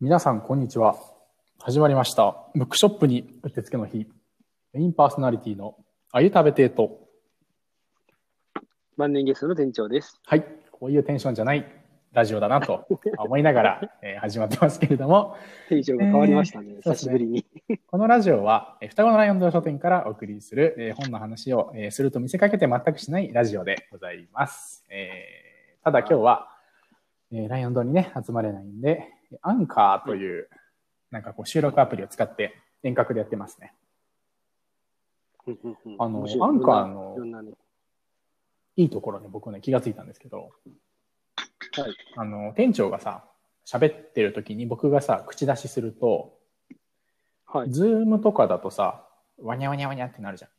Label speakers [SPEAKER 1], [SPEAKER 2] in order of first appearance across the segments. [SPEAKER 1] 皆さん、こんにちは。始まりました。ブックショップにうってつけの日。メインパーソナリティのあゆ食べてーと。
[SPEAKER 2] 万年ゲストの店長です。
[SPEAKER 1] はい。こういうテンションじゃないラジオだなと思いながら、えー、始まってますけれども。
[SPEAKER 2] テンションが変わりましたね。えー、久しぶりに。
[SPEAKER 1] ね、このラジオは、双子のライオン堂書店からお送りする、えー、本の話を、えー、すると見せかけて全くしないラジオでございます。えー、ただ今日は、えー、ライオン堂にね、集まれないんで、アンカーという、なんかこう収録アプリを使って遠隔でやってますね。 あの、アンカーのいいところに僕ね気がついたんですけど、
[SPEAKER 2] はい、
[SPEAKER 1] あの、店長がさ、喋ってる時に僕がさ、口出しすると、
[SPEAKER 2] はい、
[SPEAKER 1] ズームとかだとさ、わにゃわにゃわにゃってなるじゃん。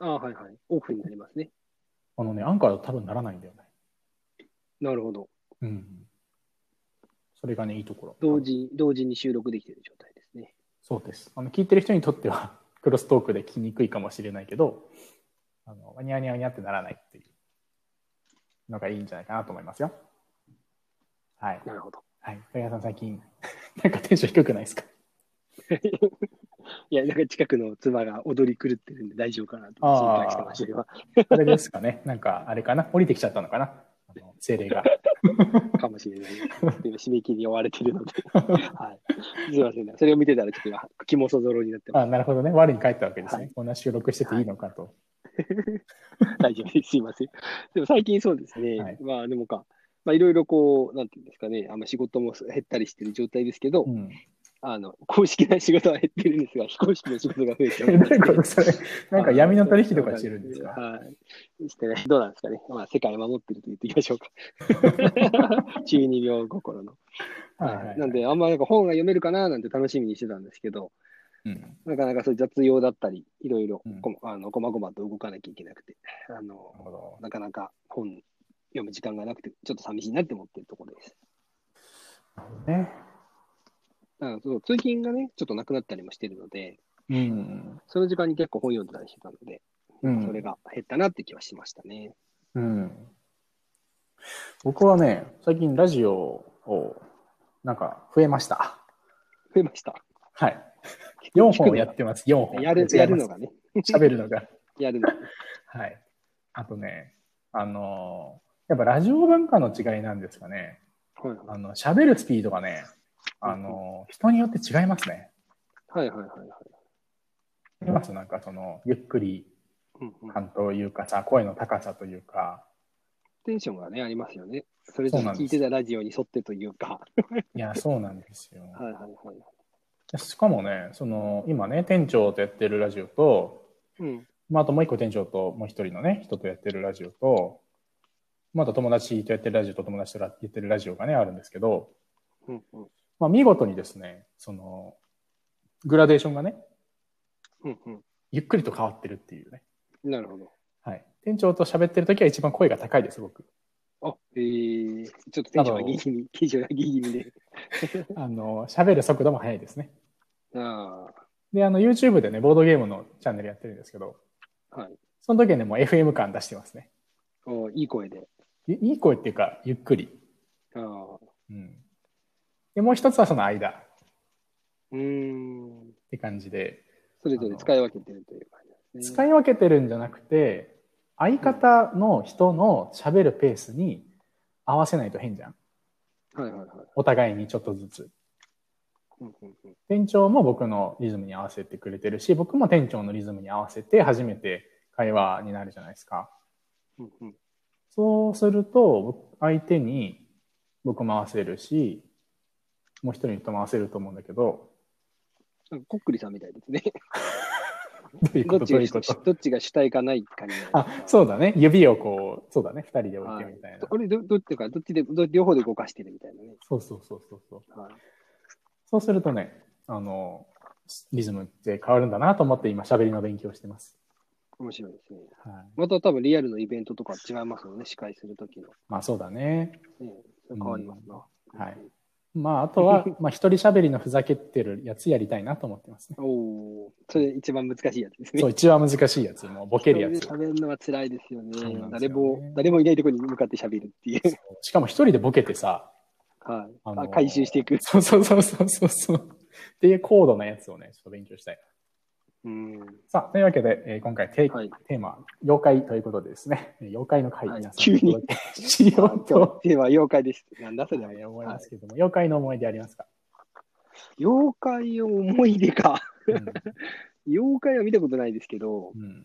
[SPEAKER 2] ああ、はいはい。オープンになりますね。
[SPEAKER 1] あのね、アンカーだと多分ならないんだよね。
[SPEAKER 2] なるほど。
[SPEAKER 1] うん。それがね、いいところ。
[SPEAKER 2] 同時同時に収録できてる状態ですね。
[SPEAKER 1] そうです。あの聞いてる人にとっては、 クロストークで聞きにくいかもしれないけど、あのワニャワニャワニャってならないっていうのがいいんじゃないかなと思いますよ。はい。
[SPEAKER 2] なるほど。
[SPEAKER 1] はい。高さん、最近、 なんかテンション低くないですか
[SPEAKER 2] いや、なんか近くの妻が踊り狂ってるんで大丈夫かなと心配してましたよ。
[SPEAKER 1] あれですかね。 なんか、あれかな。降りてきちゃったのかな。あの精霊が。
[SPEAKER 2] かもしれない。今、締め切りに追われてるので。 はい。すいません、ね、それを見てたら、ちょっと今、肝そぞろになってます。、
[SPEAKER 1] あなるほどね。我に返ったわけですね。はい、こんな収録してていいのかと。はい
[SPEAKER 2] 大丈夫です。すいません。でも最近そうですね。はい、まあ、でもか、まあ、いろいろこう、なんていうんですかね、あま仕事も減ったりしてる状態ですけど、うん、 あの公式な仕事は減ってるんですが、非公式の仕事が増えて る。
[SPEAKER 1] なんか闇の取引とかしてるんですか
[SPEAKER 2] はい。してね、どうなんですかね。まあ、世界を守ってると言っていきまし ょうか。中二病心の。はいなんで、あんまなんか本が読めるかななんて楽しみにしてたんですけど、うん、なかなかそういう雑用だったり、いろいろこ、うん、あの、こまごまと動かなきゃいけなくて、あの、なかなか本読む時間がなくて、ちょっと寂しいなって思ってるところです。
[SPEAKER 1] ね、
[SPEAKER 2] あそう通勤がね、ちょっとなくなったりもしてるので、
[SPEAKER 1] うん、
[SPEAKER 2] その時間に結構本読んでたりしてたので、うん、それが減ったなって気はしましたね。
[SPEAKER 1] うん、僕はね、最近ラジオをなんか増えました。
[SPEAKER 2] 増えました。
[SPEAKER 1] はい。4本やってます、4本。
[SPEAKER 2] やるやるのがね。
[SPEAKER 1] 喋るのが。
[SPEAKER 2] やるの。
[SPEAKER 1] はい。あとね、あのー、やっぱラジオ文化の違いなんですかね。
[SPEAKER 2] はいはい、
[SPEAKER 1] あの喋るスピードがね、あの、人によって違いますね。
[SPEAKER 2] はいはいはいはい。
[SPEAKER 1] いますなんかその、ゆっくり感というかさ、声の高さというか。
[SPEAKER 2] テンションがね、ありますよね。それぞれ聞いてたラジオに沿ってというか。
[SPEAKER 1] いや、そうなんですよ。
[SPEAKER 2] はいはいはい。
[SPEAKER 1] しかもね、その、今ね、店長とやってるラジオと、
[SPEAKER 2] うん。
[SPEAKER 1] まあ、あともう一個店長と、もう一人のね、人とやってるラジオと、また友達とやってるラジオと友達とやってるラジオがね、あるんですけど、
[SPEAKER 2] うんうん、
[SPEAKER 1] まあ、見事にですね、その、グラデーションがね、
[SPEAKER 2] うんうん、
[SPEAKER 1] ゆっくりと変わってるっていうね。
[SPEAKER 2] なるほど。
[SPEAKER 1] はい。店長と喋ってる時は一番声が高いです、僕。
[SPEAKER 2] あ、えー、ちょっと店長がギリギリ、 店長がギリギリで。
[SPEAKER 1] あの、喋る速度も速いですね。
[SPEAKER 2] ああ。
[SPEAKER 1] で、あの、YouTube でね、ボードゲームのチャンネルやってるんですけど、
[SPEAKER 2] はい。
[SPEAKER 1] その時はね、もう FM 感出してますね。
[SPEAKER 2] おいい声で
[SPEAKER 1] い。いい声っていうか、ゆっくり。
[SPEAKER 2] ああ。
[SPEAKER 1] うん。で、もう一つはその間。
[SPEAKER 2] うん。
[SPEAKER 1] って感じで。
[SPEAKER 2] それぞれ使い分けてるという感じです
[SPEAKER 1] ね。使い分けてるんじゃなくて、相方の人の喋るペースに合わせないと変じゃん。
[SPEAKER 2] はいはいはい。
[SPEAKER 1] お互いにちょっとずつ。
[SPEAKER 2] うんうんうん、
[SPEAKER 1] 店長も僕のリズムに合わせてくれてるし、僕も店長のリズムに合わせて初めて会話になるじゃないですか。
[SPEAKER 2] うんうん、
[SPEAKER 1] そうすると、相手に僕も合わせるし、もう一人に回せると思うんだけど。
[SPEAKER 2] こっくりさんみたいですね。
[SPEAKER 1] ど,
[SPEAKER 2] ど,っどっちが主体かない感じ。
[SPEAKER 1] あ、そうだね。指をこう、そうだね。二人で置いてみたいな。
[SPEAKER 2] あれ、どどっちか、どっちで両方で動かしてるみたいなね。
[SPEAKER 1] そうそうそうそうそう。はい、そうするとね、あの、リズムって変わるんだなと思って今、喋りの勉強してます。
[SPEAKER 2] 面白いですね。
[SPEAKER 1] はい、
[SPEAKER 2] また多分リアルのイベントとか違いますよね、司会するときの。
[SPEAKER 1] まあそうだね。
[SPEAKER 2] ね変わりますな。
[SPEAKER 1] うん、はい。まあ、あと は、まあ、一人喋りのふざけてるやつやりたいなと思ってますね。
[SPEAKER 2] おお、それ一番難しいやつですね。
[SPEAKER 1] そう、一番難しいやつ、もうボケるやつ。
[SPEAKER 2] 喋るのは辛いですよね。よね誰も、誰もいないところに向かって喋るっていう。
[SPEAKER 1] しかも一人でボケてさ、
[SPEAKER 2] はい。
[SPEAKER 1] あの
[SPEAKER 2] あ回収していく。
[SPEAKER 1] そうそうそうそうそうそう。っていう高度なやつをね、ちょっと勉強したい。
[SPEAKER 2] うん。
[SPEAKER 1] さあ、というわけで、えー今回テ,、
[SPEAKER 2] はい
[SPEAKER 1] テーマ、妖怪ということでですね、えー妖怪の会、
[SPEAKER 2] はい
[SPEAKER 1] 皆さん
[SPEAKER 2] 急に
[SPEAKER 1] お届けしよう と
[SPEAKER 2] テーマは妖怪です。なんだそ れは。
[SPEAKER 1] 思いますけども、妖怪の思い出ありますか、
[SPEAKER 2] 妖怪を思い出か。
[SPEAKER 1] うん
[SPEAKER 2] 妖怪は見たことないですけど、
[SPEAKER 1] うん、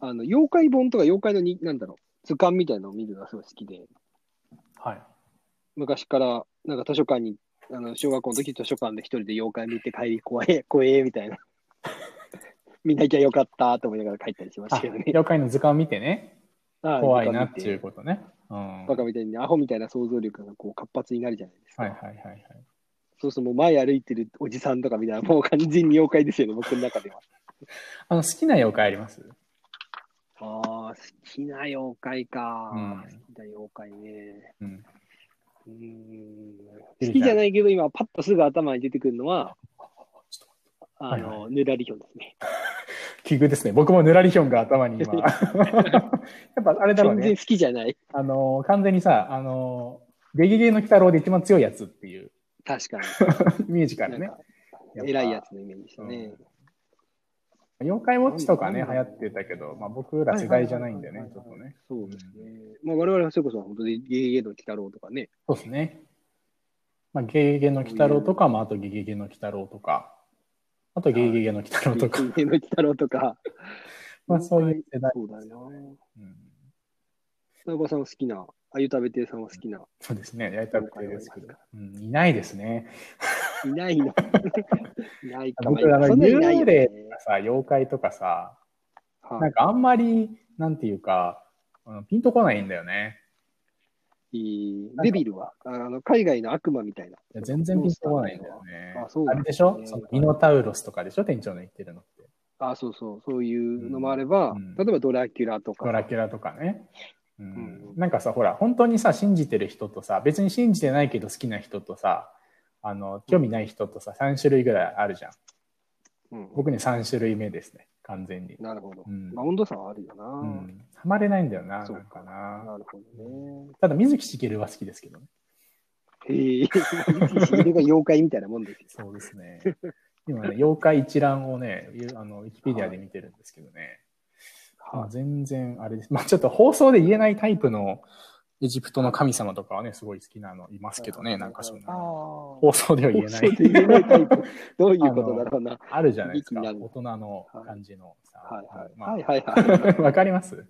[SPEAKER 2] あの、妖怪本とか妖怪のに、なんだろう、図鑑みたいなのを見るのがすごい好きで、
[SPEAKER 1] はい。
[SPEAKER 2] 昔から、なんか図書館に、あの、小学校の時図書館で一人で妖怪見て帰り怖え、怖え、みたい な。見なきゃよかったと思いながら帰ったりしまし
[SPEAKER 1] あ
[SPEAKER 2] たけど ね。
[SPEAKER 1] 妖怪の図鑑を見てね、
[SPEAKER 2] はい
[SPEAKER 1] 怖いなっていう。ことね。うん。
[SPEAKER 2] バカみたいにアホみたいな想像力がこう活発になるじゃないですか。
[SPEAKER 1] はいはいはいはい。
[SPEAKER 2] そうするともう前歩いてるおじさんとかみたいな、もう完全に妖怪ですよね、僕の中では。
[SPEAKER 1] あの、好きな妖怪あります
[SPEAKER 2] ああ、好きな妖怪か。
[SPEAKER 1] うん
[SPEAKER 2] 好きな妖怪ね。
[SPEAKER 1] うん。
[SPEAKER 2] うーん
[SPEAKER 1] ゆりち
[SPEAKER 2] 好
[SPEAKER 1] ゃん
[SPEAKER 2] きじゃないけど、今パッとすぐ頭に出てくるのは、
[SPEAKER 1] ちょっと
[SPEAKER 2] あ
[SPEAKER 1] はい
[SPEAKER 2] の、ぬらりひょんですね。
[SPEAKER 1] 奇遇ですね。僕もぬらりひょんが頭に 今。やっぱあれだろう
[SPEAKER 2] 全然
[SPEAKER 1] ね。
[SPEAKER 2] 好きじゃない。
[SPEAKER 1] あの、完全にさ、あの、ゲゲゲの鬼太郎で一番強いやつっていう
[SPEAKER 2] 確かに。
[SPEAKER 1] イメージから
[SPEAKER 2] なん
[SPEAKER 1] ね
[SPEAKER 2] か。、
[SPEAKER 1] やっぱ
[SPEAKER 2] 偉いやつのイメージですね。
[SPEAKER 1] 妖怪ウォッチとかね、
[SPEAKER 2] なん
[SPEAKER 1] 流
[SPEAKER 2] だ
[SPEAKER 1] 行
[SPEAKER 2] ろう
[SPEAKER 1] ってたけど、まあ僕ら世代じゃないんで
[SPEAKER 2] は
[SPEAKER 1] ね
[SPEAKER 2] は、
[SPEAKER 1] ちょっと
[SPEAKER 2] はいはい
[SPEAKER 1] ね。。
[SPEAKER 2] そうですね。まあ、我々はそれこそ、本当にゲゲゲの鬼太郎とかね。
[SPEAKER 1] そうですね。まあ、ゲゲゲの鬼太郎とか、まああとゲゲゲの鬼太郎とか、あとゲゲゲの鬼太郎とか、
[SPEAKER 2] ゲゲゲの鬼太郎とか。
[SPEAKER 1] まあそういう世代
[SPEAKER 2] そうだな。
[SPEAKER 1] うん
[SPEAKER 2] 田中さんは好きな、あゆ食べ亭さんは好きな、
[SPEAKER 1] そうですね、やりたくてですけど
[SPEAKER 2] 了解。
[SPEAKER 1] うん、いないですね。
[SPEAKER 2] いな いの。いないかも
[SPEAKER 1] 僕、あの、
[SPEAKER 2] そんなにいない
[SPEAKER 1] 幽
[SPEAKER 2] よね
[SPEAKER 1] 霊とかさ、妖怪とかさ、
[SPEAKER 2] は
[SPEAKER 1] ないんかあんまり、なんていうか、あのピンとこないんだよね。
[SPEAKER 2] いいデビルは、あの海外の悪魔みたいな。
[SPEAKER 1] いや全然ピンとこないんだよね。
[SPEAKER 2] あそう
[SPEAKER 1] あ
[SPEAKER 2] なんだ
[SPEAKER 1] れでしょ
[SPEAKER 2] ね
[SPEAKER 1] そのミノタウロスとかでしょ店長の言ってるのって。
[SPEAKER 2] あそうそう、そういうのもあれば、
[SPEAKER 1] うん
[SPEAKER 2] 例えばドラキュラとか。
[SPEAKER 1] ドラキュラとかね。う
[SPEAKER 2] うんん、
[SPEAKER 1] なんかさ、ほら、本当にさ、信じてる人とさ、別に信じてないけど好きな人とさ、あの、興味ない人とさ、3種類ぐらいあるじゃん。
[SPEAKER 2] うん
[SPEAKER 1] 僕ね、3種類目ですね。完全に。
[SPEAKER 2] なるほど。
[SPEAKER 1] うん
[SPEAKER 2] まあ、温度差はあるよな。
[SPEAKER 1] うん。ハマれないんだよな、
[SPEAKER 2] そう
[SPEAKER 1] なんかな。
[SPEAKER 2] なるほどね。
[SPEAKER 1] ただ、水木しげるは好きですけどね。
[SPEAKER 2] へえ、それが妖怪みたいなもんですよ。
[SPEAKER 1] そうですね。今ね、妖怪一覧をね、ゆあの、ウィキペディアで見てるんですけどね。まあ、
[SPEAKER 2] は
[SPEAKER 1] 全然あれです。まあ、ちょっと放送で言えないタイプのエジプトの神様とかはね、すごい好きなのいますけどね、なんかそん
[SPEAKER 2] ああ
[SPEAKER 1] な。放送では言えな
[SPEAKER 2] そう
[SPEAKER 1] い。
[SPEAKER 2] 言えないタイプ。どういうことだろうな。
[SPEAKER 1] あるじゃないですか。
[SPEAKER 2] 気になる
[SPEAKER 1] 大人の感じのさ。
[SPEAKER 2] はいはい。
[SPEAKER 1] まあ
[SPEAKER 2] はいはいは い。
[SPEAKER 1] わかります、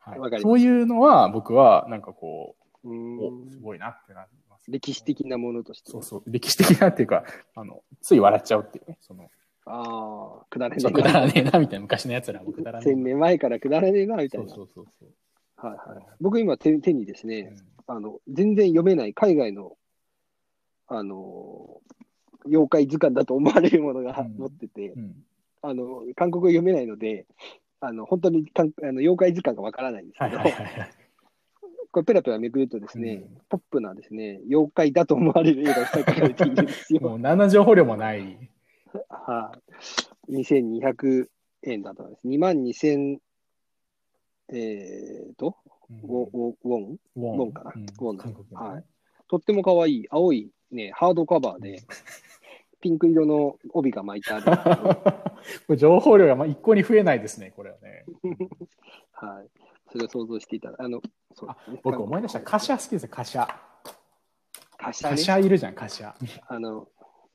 [SPEAKER 1] はい、
[SPEAKER 2] わかります
[SPEAKER 1] そういうのは僕はなんかこ
[SPEAKER 2] う
[SPEAKER 1] う、
[SPEAKER 2] ー
[SPEAKER 1] お、
[SPEAKER 2] ん
[SPEAKER 1] すごいなってなります、
[SPEAKER 2] 歴史。的なものとして。
[SPEAKER 1] そうそう、歴史的なっていうか、あの、つい笑っちゃうっていうね、その、
[SPEAKER 2] ああ、くだらね
[SPEAKER 1] ちょっとくだ
[SPEAKER 2] え
[SPEAKER 1] らねえなみたいな、昔のやつらはくだら
[SPEAKER 2] な。
[SPEAKER 1] ねえ
[SPEAKER 2] 千
[SPEAKER 1] な。
[SPEAKER 2] 年前からくだらねえな、みた
[SPEAKER 1] そ
[SPEAKER 2] いうな。
[SPEAKER 1] そうそうそう。
[SPEAKER 2] はいはい。僕今手手にです
[SPEAKER 1] う
[SPEAKER 2] ね、
[SPEAKER 1] ん
[SPEAKER 2] あの、全然読めない海外の、あのー妖怪図鑑だと思われるものが
[SPEAKER 1] うん
[SPEAKER 2] 持ってて、
[SPEAKER 1] うん
[SPEAKER 2] あの、韓国語読めないので、あの、本当に韓あの妖怪図鑑がわからないんです
[SPEAKER 1] は
[SPEAKER 2] け
[SPEAKER 1] い
[SPEAKER 2] ど、
[SPEAKER 1] はいはいはい。
[SPEAKER 2] これペラペラめくるとですね、
[SPEAKER 1] うん
[SPEAKER 2] ポップなですね、妖怪だと思われる絵が描かれているんですよ。
[SPEAKER 1] もう何の情報量もない。
[SPEAKER 2] はい、2200円だったんです。2万2000、えーと、
[SPEAKER 1] うん
[SPEAKER 2] ウォウォウォン
[SPEAKER 1] ウォン
[SPEAKER 2] ウォンかな
[SPEAKER 1] うん
[SPEAKER 2] ウォンだ
[SPEAKER 1] 韓国のね
[SPEAKER 2] はいとっても可愛い青いね、ハードカバーで、ピンク色の帯が巻いて ある。は
[SPEAKER 1] これ情報量がまあ一向に増えないですね、これはね。
[SPEAKER 2] い。それを想像していただあの、そうですね
[SPEAKER 1] 僕思い出した、カシャ好きですよ、カシャ。
[SPEAKER 2] カシャ
[SPEAKER 1] カ
[SPEAKER 2] ね
[SPEAKER 1] シャいるじゃん、カシャ。
[SPEAKER 2] あの、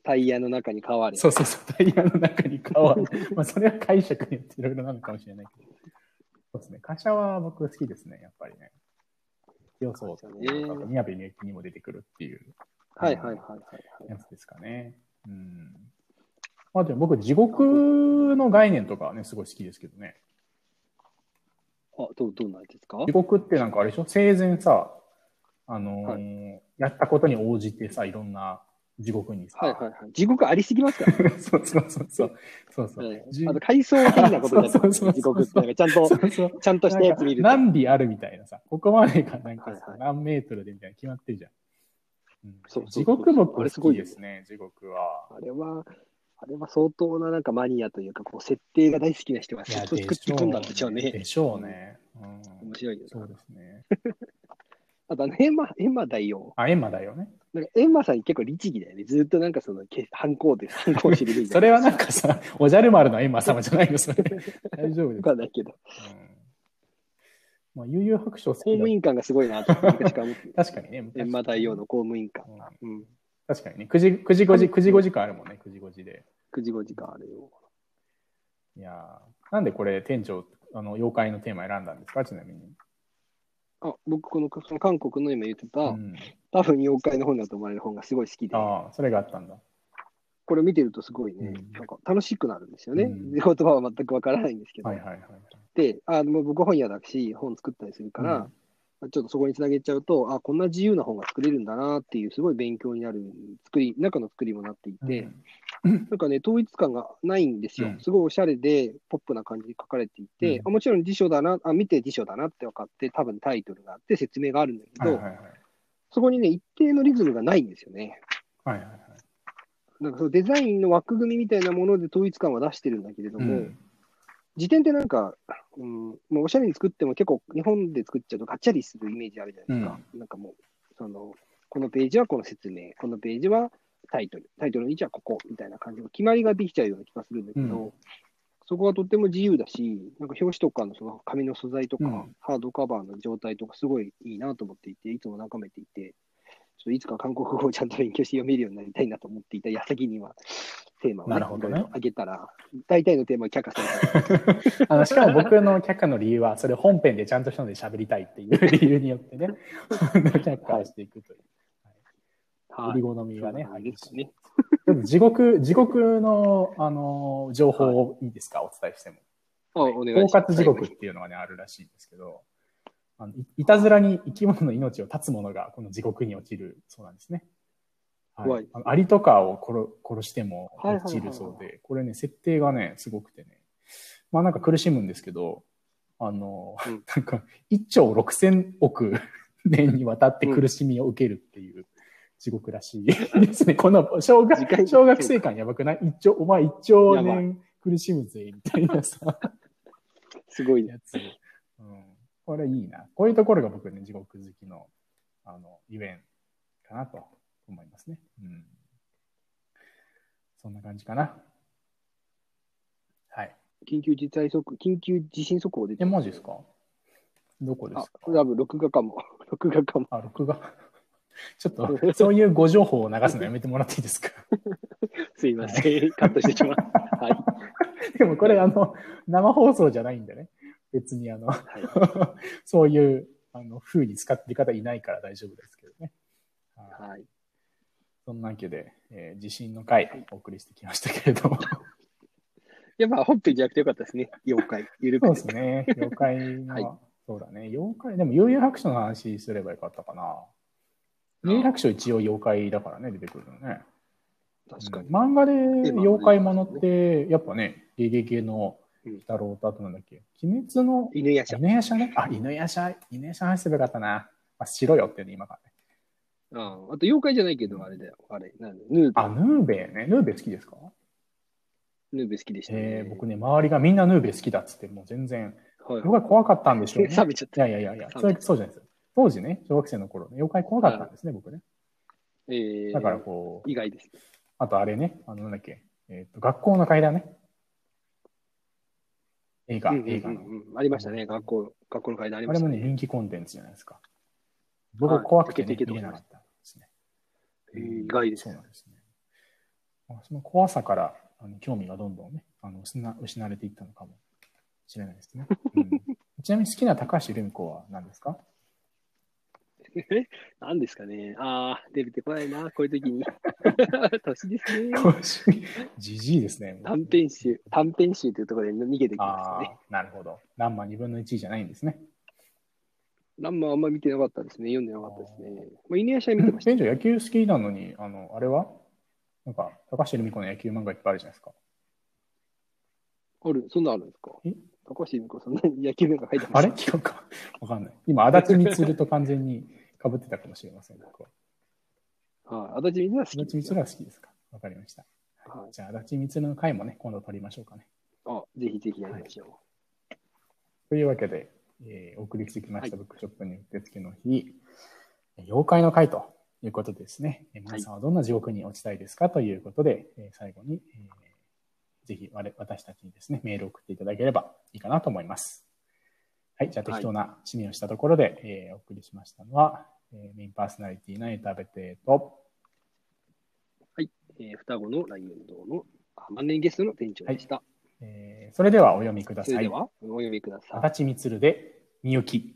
[SPEAKER 2] タイヤの中に変わる。
[SPEAKER 1] そうそうそう、タイヤの中に顔は。まあそれは解釈によっていろいろなのかもしれないけど。そうですね、カシャは僕好きですね、やっぱりね。予想と、
[SPEAKER 2] カシャね
[SPEAKER 1] あと宮部みゆきにも出てくるっていう
[SPEAKER 2] はいはいはいはいは
[SPEAKER 1] や
[SPEAKER 2] い。
[SPEAKER 1] つですかね。うん。まあでも僕、地獄の概念とかはね、すごい好きですけどね。
[SPEAKER 2] あ、どう、どうなんですか
[SPEAKER 1] 地獄ってなんかあれでしょ生前さ、あのーやったことに応じてさ、いろんな地獄にさ、
[SPEAKER 2] はいはいはい。地獄ありすぎますからね。
[SPEAKER 1] そうそうそうそう。そうそう。
[SPEAKER 2] え
[SPEAKER 1] じ
[SPEAKER 2] えあと、階層は変なことになってます
[SPEAKER 1] そうそうそうそう
[SPEAKER 2] ね地獄ってなんかちゃんと
[SPEAKER 1] そ、うそう
[SPEAKER 2] ちゃんとしたやつ見ると。
[SPEAKER 1] 何尾あるみたいなさ、ここまでがなんかさ、
[SPEAKER 2] はいはい
[SPEAKER 1] 何メートルでみたいな決まってるじゃん。うん
[SPEAKER 2] そうそうそ
[SPEAKER 1] 地
[SPEAKER 2] う
[SPEAKER 1] 獄僕
[SPEAKER 2] あ
[SPEAKER 1] 好
[SPEAKER 2] れすご
[SPEAKER 1] き
[SPEAKER 2] いよ
[SPEAKER 1] で
[SPEAKER 2] ね
[SPEAKER 1] すね、地獄は。
[SPEAKER 2] あれは、あれは相当ななんかマニアというか、こう設定が大好きな人が
[SPEAKER 1] い
[SPEAKER 2] き
[SPEAKER 1] や
[SPEAKER 2] っと作っていくんだんでしょうね
[SPEAKER 1] で。しょうね。うん
[SPEAKER 2] 面白いよ
[SPEAKER 1] そう
[SPEAKER 2] な。
[SPEAKER 1] ですね。
[SPEAKER 2] あとあの、エマ、エマ大王。
[SPEAKER 1] あ、エンマだよね。
[SPEAKER 2] なんかエンマさん結構律儀だよね。ずっとなんかその、け反 抗で、反抗してるみたいな。
[SPEAKER 1] それはなんか さ、おじゃる丸のエンマ様じゃないの、それ。大丈夫で
[SPEAKER 2] わ
[SPEAKER 1] す。う
[SPEAKER 2] か
[SPEAKER 1] ん
[SPEAKER 2] んないけど、
[SPEAKER 1] まあ、悠々白書好
[SPEAKER 2] 公
[SPEAKER 1] きだ
[SPEAKER 2] 務員感がすごいなと、昔から思って る
[SPEAKER 1] 確かにね、
[SPEAKER 2] エンマ大王の公務員感。
[SPEAKER 1] うん
[SPEAKER 2] うん。
[SPEAKER 1] 確かにね、9時、9時5時、9時5時間あるもんね、9時5時で。
[SPEAKER 2] 9時5時間あれよ。
[SPEAKER 1] いやーなんでこれ、店長、あの、妖怪のテーマ選んだんですか、ちなみに。
[SPEAKER 2] あ、僕この、その韓国の今言ってた、
[SPEAKER 1] うん、
[SPEAKER 2] 多分妖怪の本だと思われる本がすごい好きで、
[SPEAKER 1] ああ、それがあったんだ。
[SPEAKER 2] これを見てるとすごいね、
[SPEAKER 1] うん
[SPEAKER 2] なんか楽しくなるんですよね。
[SPEAKER 1] うん
[SPEAKER 2] 言葉は全くわからないんですけど。
[SPEAKER 1] はいはいはい。
[SPEAKER 2] で、あの僕本屋だし、本作ったりするから、ちょっとそこにつなげちゃうと、あ、こんな自由な本が作れるんだなっていう、すごい勉強になる作り、中の作りもなっていて、
[SPEAKER 1] うん
[SPEAKER 2] なんかね、統一感がないんですよ。
[SPEAKER 1] うん
[SPEAKER 2] すごいおしゃれで、ポップな感じで書かれていて、
[SPEAKER 1] うん
[SPEAKER 2] あもちろん辞書だなあ、見て辞書だなって分かって、多分タイトルがあって、説明があるんだけ
[SPEAKER 1] はい
[SPEAKER 2] ど、
[SPEAKER 1] はいはい。
[SPEAKER 2] そこにね、一定のリズムがないんですよね。
[SPEAKER 1] はいはいはい。
[SPEAKER 2] なんかそのデザインの枠組みみたいなもので統一感は出してるんだけれど
[SPEAKER 1] う
[SPEAKER 2] も、
[SPEAKER 1] ん
[SPEAKER 2] 辞典ってなんか、うんまあ、おしゃれに作っても結構日本で作っちゃうとガッチャリするイメージあるじゃないですか。なんかもうその、このページはこの説明、このページはタイトル、タイトルの位置はここみたいな感じの決まりができちゃうような気がするんだけど、
[SPEAKER 1] うん
[SPEAKER 2] そこはとっても自由だし、なんか表紙とかのその紙の素材とか、
[SPEAKER 1] うん
[SPEAKER 2] ハードカバーの状態とかすごいいいなと思っていて、いつも眺めていて、ちょっといつか韓国語をちゃんと勉強して読めるようになりたいなと思っていた矢先には、テーマを、
[SPEAKER 1] なるほどね
[SPEAKER 2] いろいろ上げたら、大体のテーマを却下された。
[SPEAKER 1] あのしかも僕の却下の理由は、それ本編でちゃんとしたので喋りたいっていう理由によってね、 却下をしていくという。売り好みがね、
[SPEAKER 2] そうなん
[SPEAKER 1] 激
[SPEAKER 2] で
[SPEAKER 1] し
[SPEAKER 2] す
[SPEAKER 1] い
[SPEAKER 2] かね。
[SPEAKER 1] でも地獄、地獄の、あのー情報をいいですか、お伝えしても。
[SPEAKER 2] あお願いし
[SPEAKER 1] 包
[SPEAKER 2] ます
[SPEAKER 1] 括地獄っていうのがね、あるらしいんですけど、あのいいたずらに生き物の命を絶つ者がこの地獄に落ちるそうなんですね。は
[SPEAKER 2] 怖
[SPEAKER 1] い
[SPEAKER 2] い、
[SPEAKER 1] あのアリとかを殺殺しても
[SPEAKER 2] はいはい
[SPEAKER 1] 落
[SPEAKER 2] はいは
[SPEAKER 1] ちる
[SPEAKER 2] い
[SPEAKER 1] そうで、これね、設定がね、すごくてね、まあなんか苦しむんですけど、あの、
[SPEAKER 2] うん
[SPEAKER 1] なんか1兆6千億年にわたって苦しみを受けるっていう地獄らしいです ね。この小
[SPEAKER 2] 時間
[SPEAKER 1] 学小学生感やばくない一兆、お前一兆年苦しむぜ、みたいなさ。
[SPEAKER 2] すごいね。
[SPEAKER 1] やつ。うん。これいいな。こういうところが僕ね、地獄好きの、あの、ゆえんかなと思いますね。うん。そんな感じかな。はい。
[SPEAKER 2] 緊急事態速、緊急地震速報出て
[SPEAKER 1] え、
[SPEAKER 2] る
[SPEAKER 1] 文字ですかどこです
[SPEAKER 2] あ
[SPEAKER 1] か、
[SPEAKER 2] 多分録画かも。 録画かも。
[SPEAKER 1] あ、録画。 ちょっと、そういうご情報を流す のやめてもらっていいですか
[SPEAKER 2] すいません。カットしてしまう。はい。
[SPEAKER 1] でもこれ、あの、生放送じゃないんでね。別に、あの、
[SPEAKER 2] はい
[SPEAKER 1] そういう、あの、風に使ってる方いないから大丈夫ですけどね。はい
[SPEAKER 2] はい。
[SPEAKER 1] そんなわけで、えー地震の回、お送りしてきましたけれ ども。
[SPEAKER 2] やっぱ本編じゃなくてよかったですね。妖怪。ゆる
[SPEAKER 1] そう
[SPEAKER 2] く
[SPEAKER 1] ですね。妖怪の、
[SPEAKER 2] はい
[SPEAKER 1] そうだね。妖怪、でも、幽遊白書の話すればよかったかな。幽遊白書一応妖怪だからね、出てくるのね。
[SPEAKER 2] 確かに。
[SPEAKER 1] うん漫画で妖怪ものって、やっぱね、ゲゲゲの
[SPEAKER 2] うん
[SPEAKER 1] 鬼太郎とあとなんだっけ、鬼滅の
[SPEAKER 2] 犬やしゃ。
[SPEAKER 1] 犬夜叉ね。あ、犬夜叉、犬夜叉話すればよかったな。まあ、しろよっていうね、今からね。
[SPEAKER 2] うん。あと妖怪じゃないけど、あれだよ。あれ。なんだヌーベ。
[SPEAKER 1] あ、ヌーベね。ヌーベ好きですか
[SPEAKER 2] ヌーベ好きでした
[SPEAKER 1] え
[SPEAKER 2] ね。
[SPEAKER 1] ー僕ね、周りがみんなヌーベ好きだっつって、もう全然、
[SPEAKER 2] はい。
[SPEAKER 1] 妖怪怖かったんでしょうね。
[SPEAKER 2] 冷めちゃっ
[SPEAKER 1] い
[SPEAKER 2] た。
[SPEAKER 1] やいやいやいや、それそうじゃないですよ。当時ね、小学生の頃ね、妖怪怖かったんですね、僕ね。
[SPEAKER 2] えー
[SPEAKER 1] だからこう、
[SPEAKER 2] 意外です。
[SPEAKER 1] あとあれね、あの、なんだっけ、えっ、と、学校の階段ね。映画、
[SPEAKER 2] うんうん
[SPEAKER 1] 映画の。
[SPEAKER 2] うんうんありましたね。学校、学校の階段あり
[SPEAKER 1] あ
[SPEAKER 2] ま
[SPEAKER 1] れ
[SPEAKER 2] した
[SPEAKER 1] もね、
[SPEAKER 2] ね。
[SPEAKER 1] 人気コンテンツじゃないですか。僕
[SPEAKER 2] はい
[SPEAKER 1] 怖くて、ね
[SPEAKER 2] イケイケと
[SPEAKER 1] 見
[SPEAKER 2] か
[SPEAKER 1] れ
[SPEAKER 2] ね
[SPEAKER 1] なかったんですね。
[SPEAKER 2] えー意外です
[SPEAKER 1] そうなんですね。まあその怖さから、あの興味がどんどんね、あの失失われていったのかもしれないですね。うん、 ちなみに好きな高橋留美子は何ですか
[SPEAKER 2] え何ですかね。ああ、出てこないな、こういう時に。 年ですね。
[SPEAKER 1] じじいですね。
[SPEAKER 2] 短編集、短編集というところで逃げてきました
[SPEAKER 1] あ
[SPEAKER 2] ね。
[SPEAKER 1] あ、なるほど。ランマ2分の1じゃないんですね。
[SPEAKER 2] ランマあんま見てなかったですね。読んでなかったですね。まあ、犬やしゃ見てました。
[SPEAKER 1] 店長、野球好きなのに、あの、あれはなんか、高橋留美子の野球漫画いっぱいあるじゃないですか。
[SPEAKER 2] ある、そんなんあるんですか
[SPEAKER 1] え
[SPEAKER 2] 高橋由美子さん、野球なんか書いてま
[SPEAKER 1] あ
[SPEAKER 2] し
[SPEAKER 1] れ
[SPEAKER 2] た。
[SPEAKER 1] 違うか。わかんない。今、足立みつると完全に被ってたかもしれません。僕は
[SPEAKER 2] はい。足立みんな好
[SPEAKER 1] 足
[SPEAKER 2] き
[SPEAKER 1] 立
[SPEAKER 2] で
[SPEAKER 1] み
[SPEAKER 2] す
[SPEAKER 1] つ
[SPEAKER 2] ね。
[SPEAKER 1] るは好きですか。わかりました。
[SPEAKER 2] は
[SPEAKER 1] じゃあ、足立みつるの回もね、今度取りましょうかね。
[SPEAKER 2] あ、ぜひぜひやりましょう。
[SPEAKER 1] というわけで、えーお送りしてきました、
[SPEAKER 2] は
[SPEAKER 1] ブ
[SPEAKER 2] い
[SPEAKER 1] ックショップにうってつけの日、妖怪の回ということですね。えー皆さんはどんな地獄に落ちたいですかということで、えー最後に、えーぜひ我私たちにですね、メールを送っていただければいいかなと思います。はい、じゃあ
[SPEAKER 2] はい
[SPEAKER 1] 適当な趣味をしたところで、えーお送りしましたのは、えーメインパーソナリティのエタベテと、
[SPEAKER 2] えー双子のライオン堂のあ万年ゲストの店長でした。
[SPEAKER 1] えーそれではお読みくだ
[SPEAKER 2] それ
[SPEAKER 1] さ
[SPEAKER 2] で
[SPEAKER 1] い。
[SPEAKER 2] は、お読みください
[SPEAKER 1] 足。立みつるで、みゆき。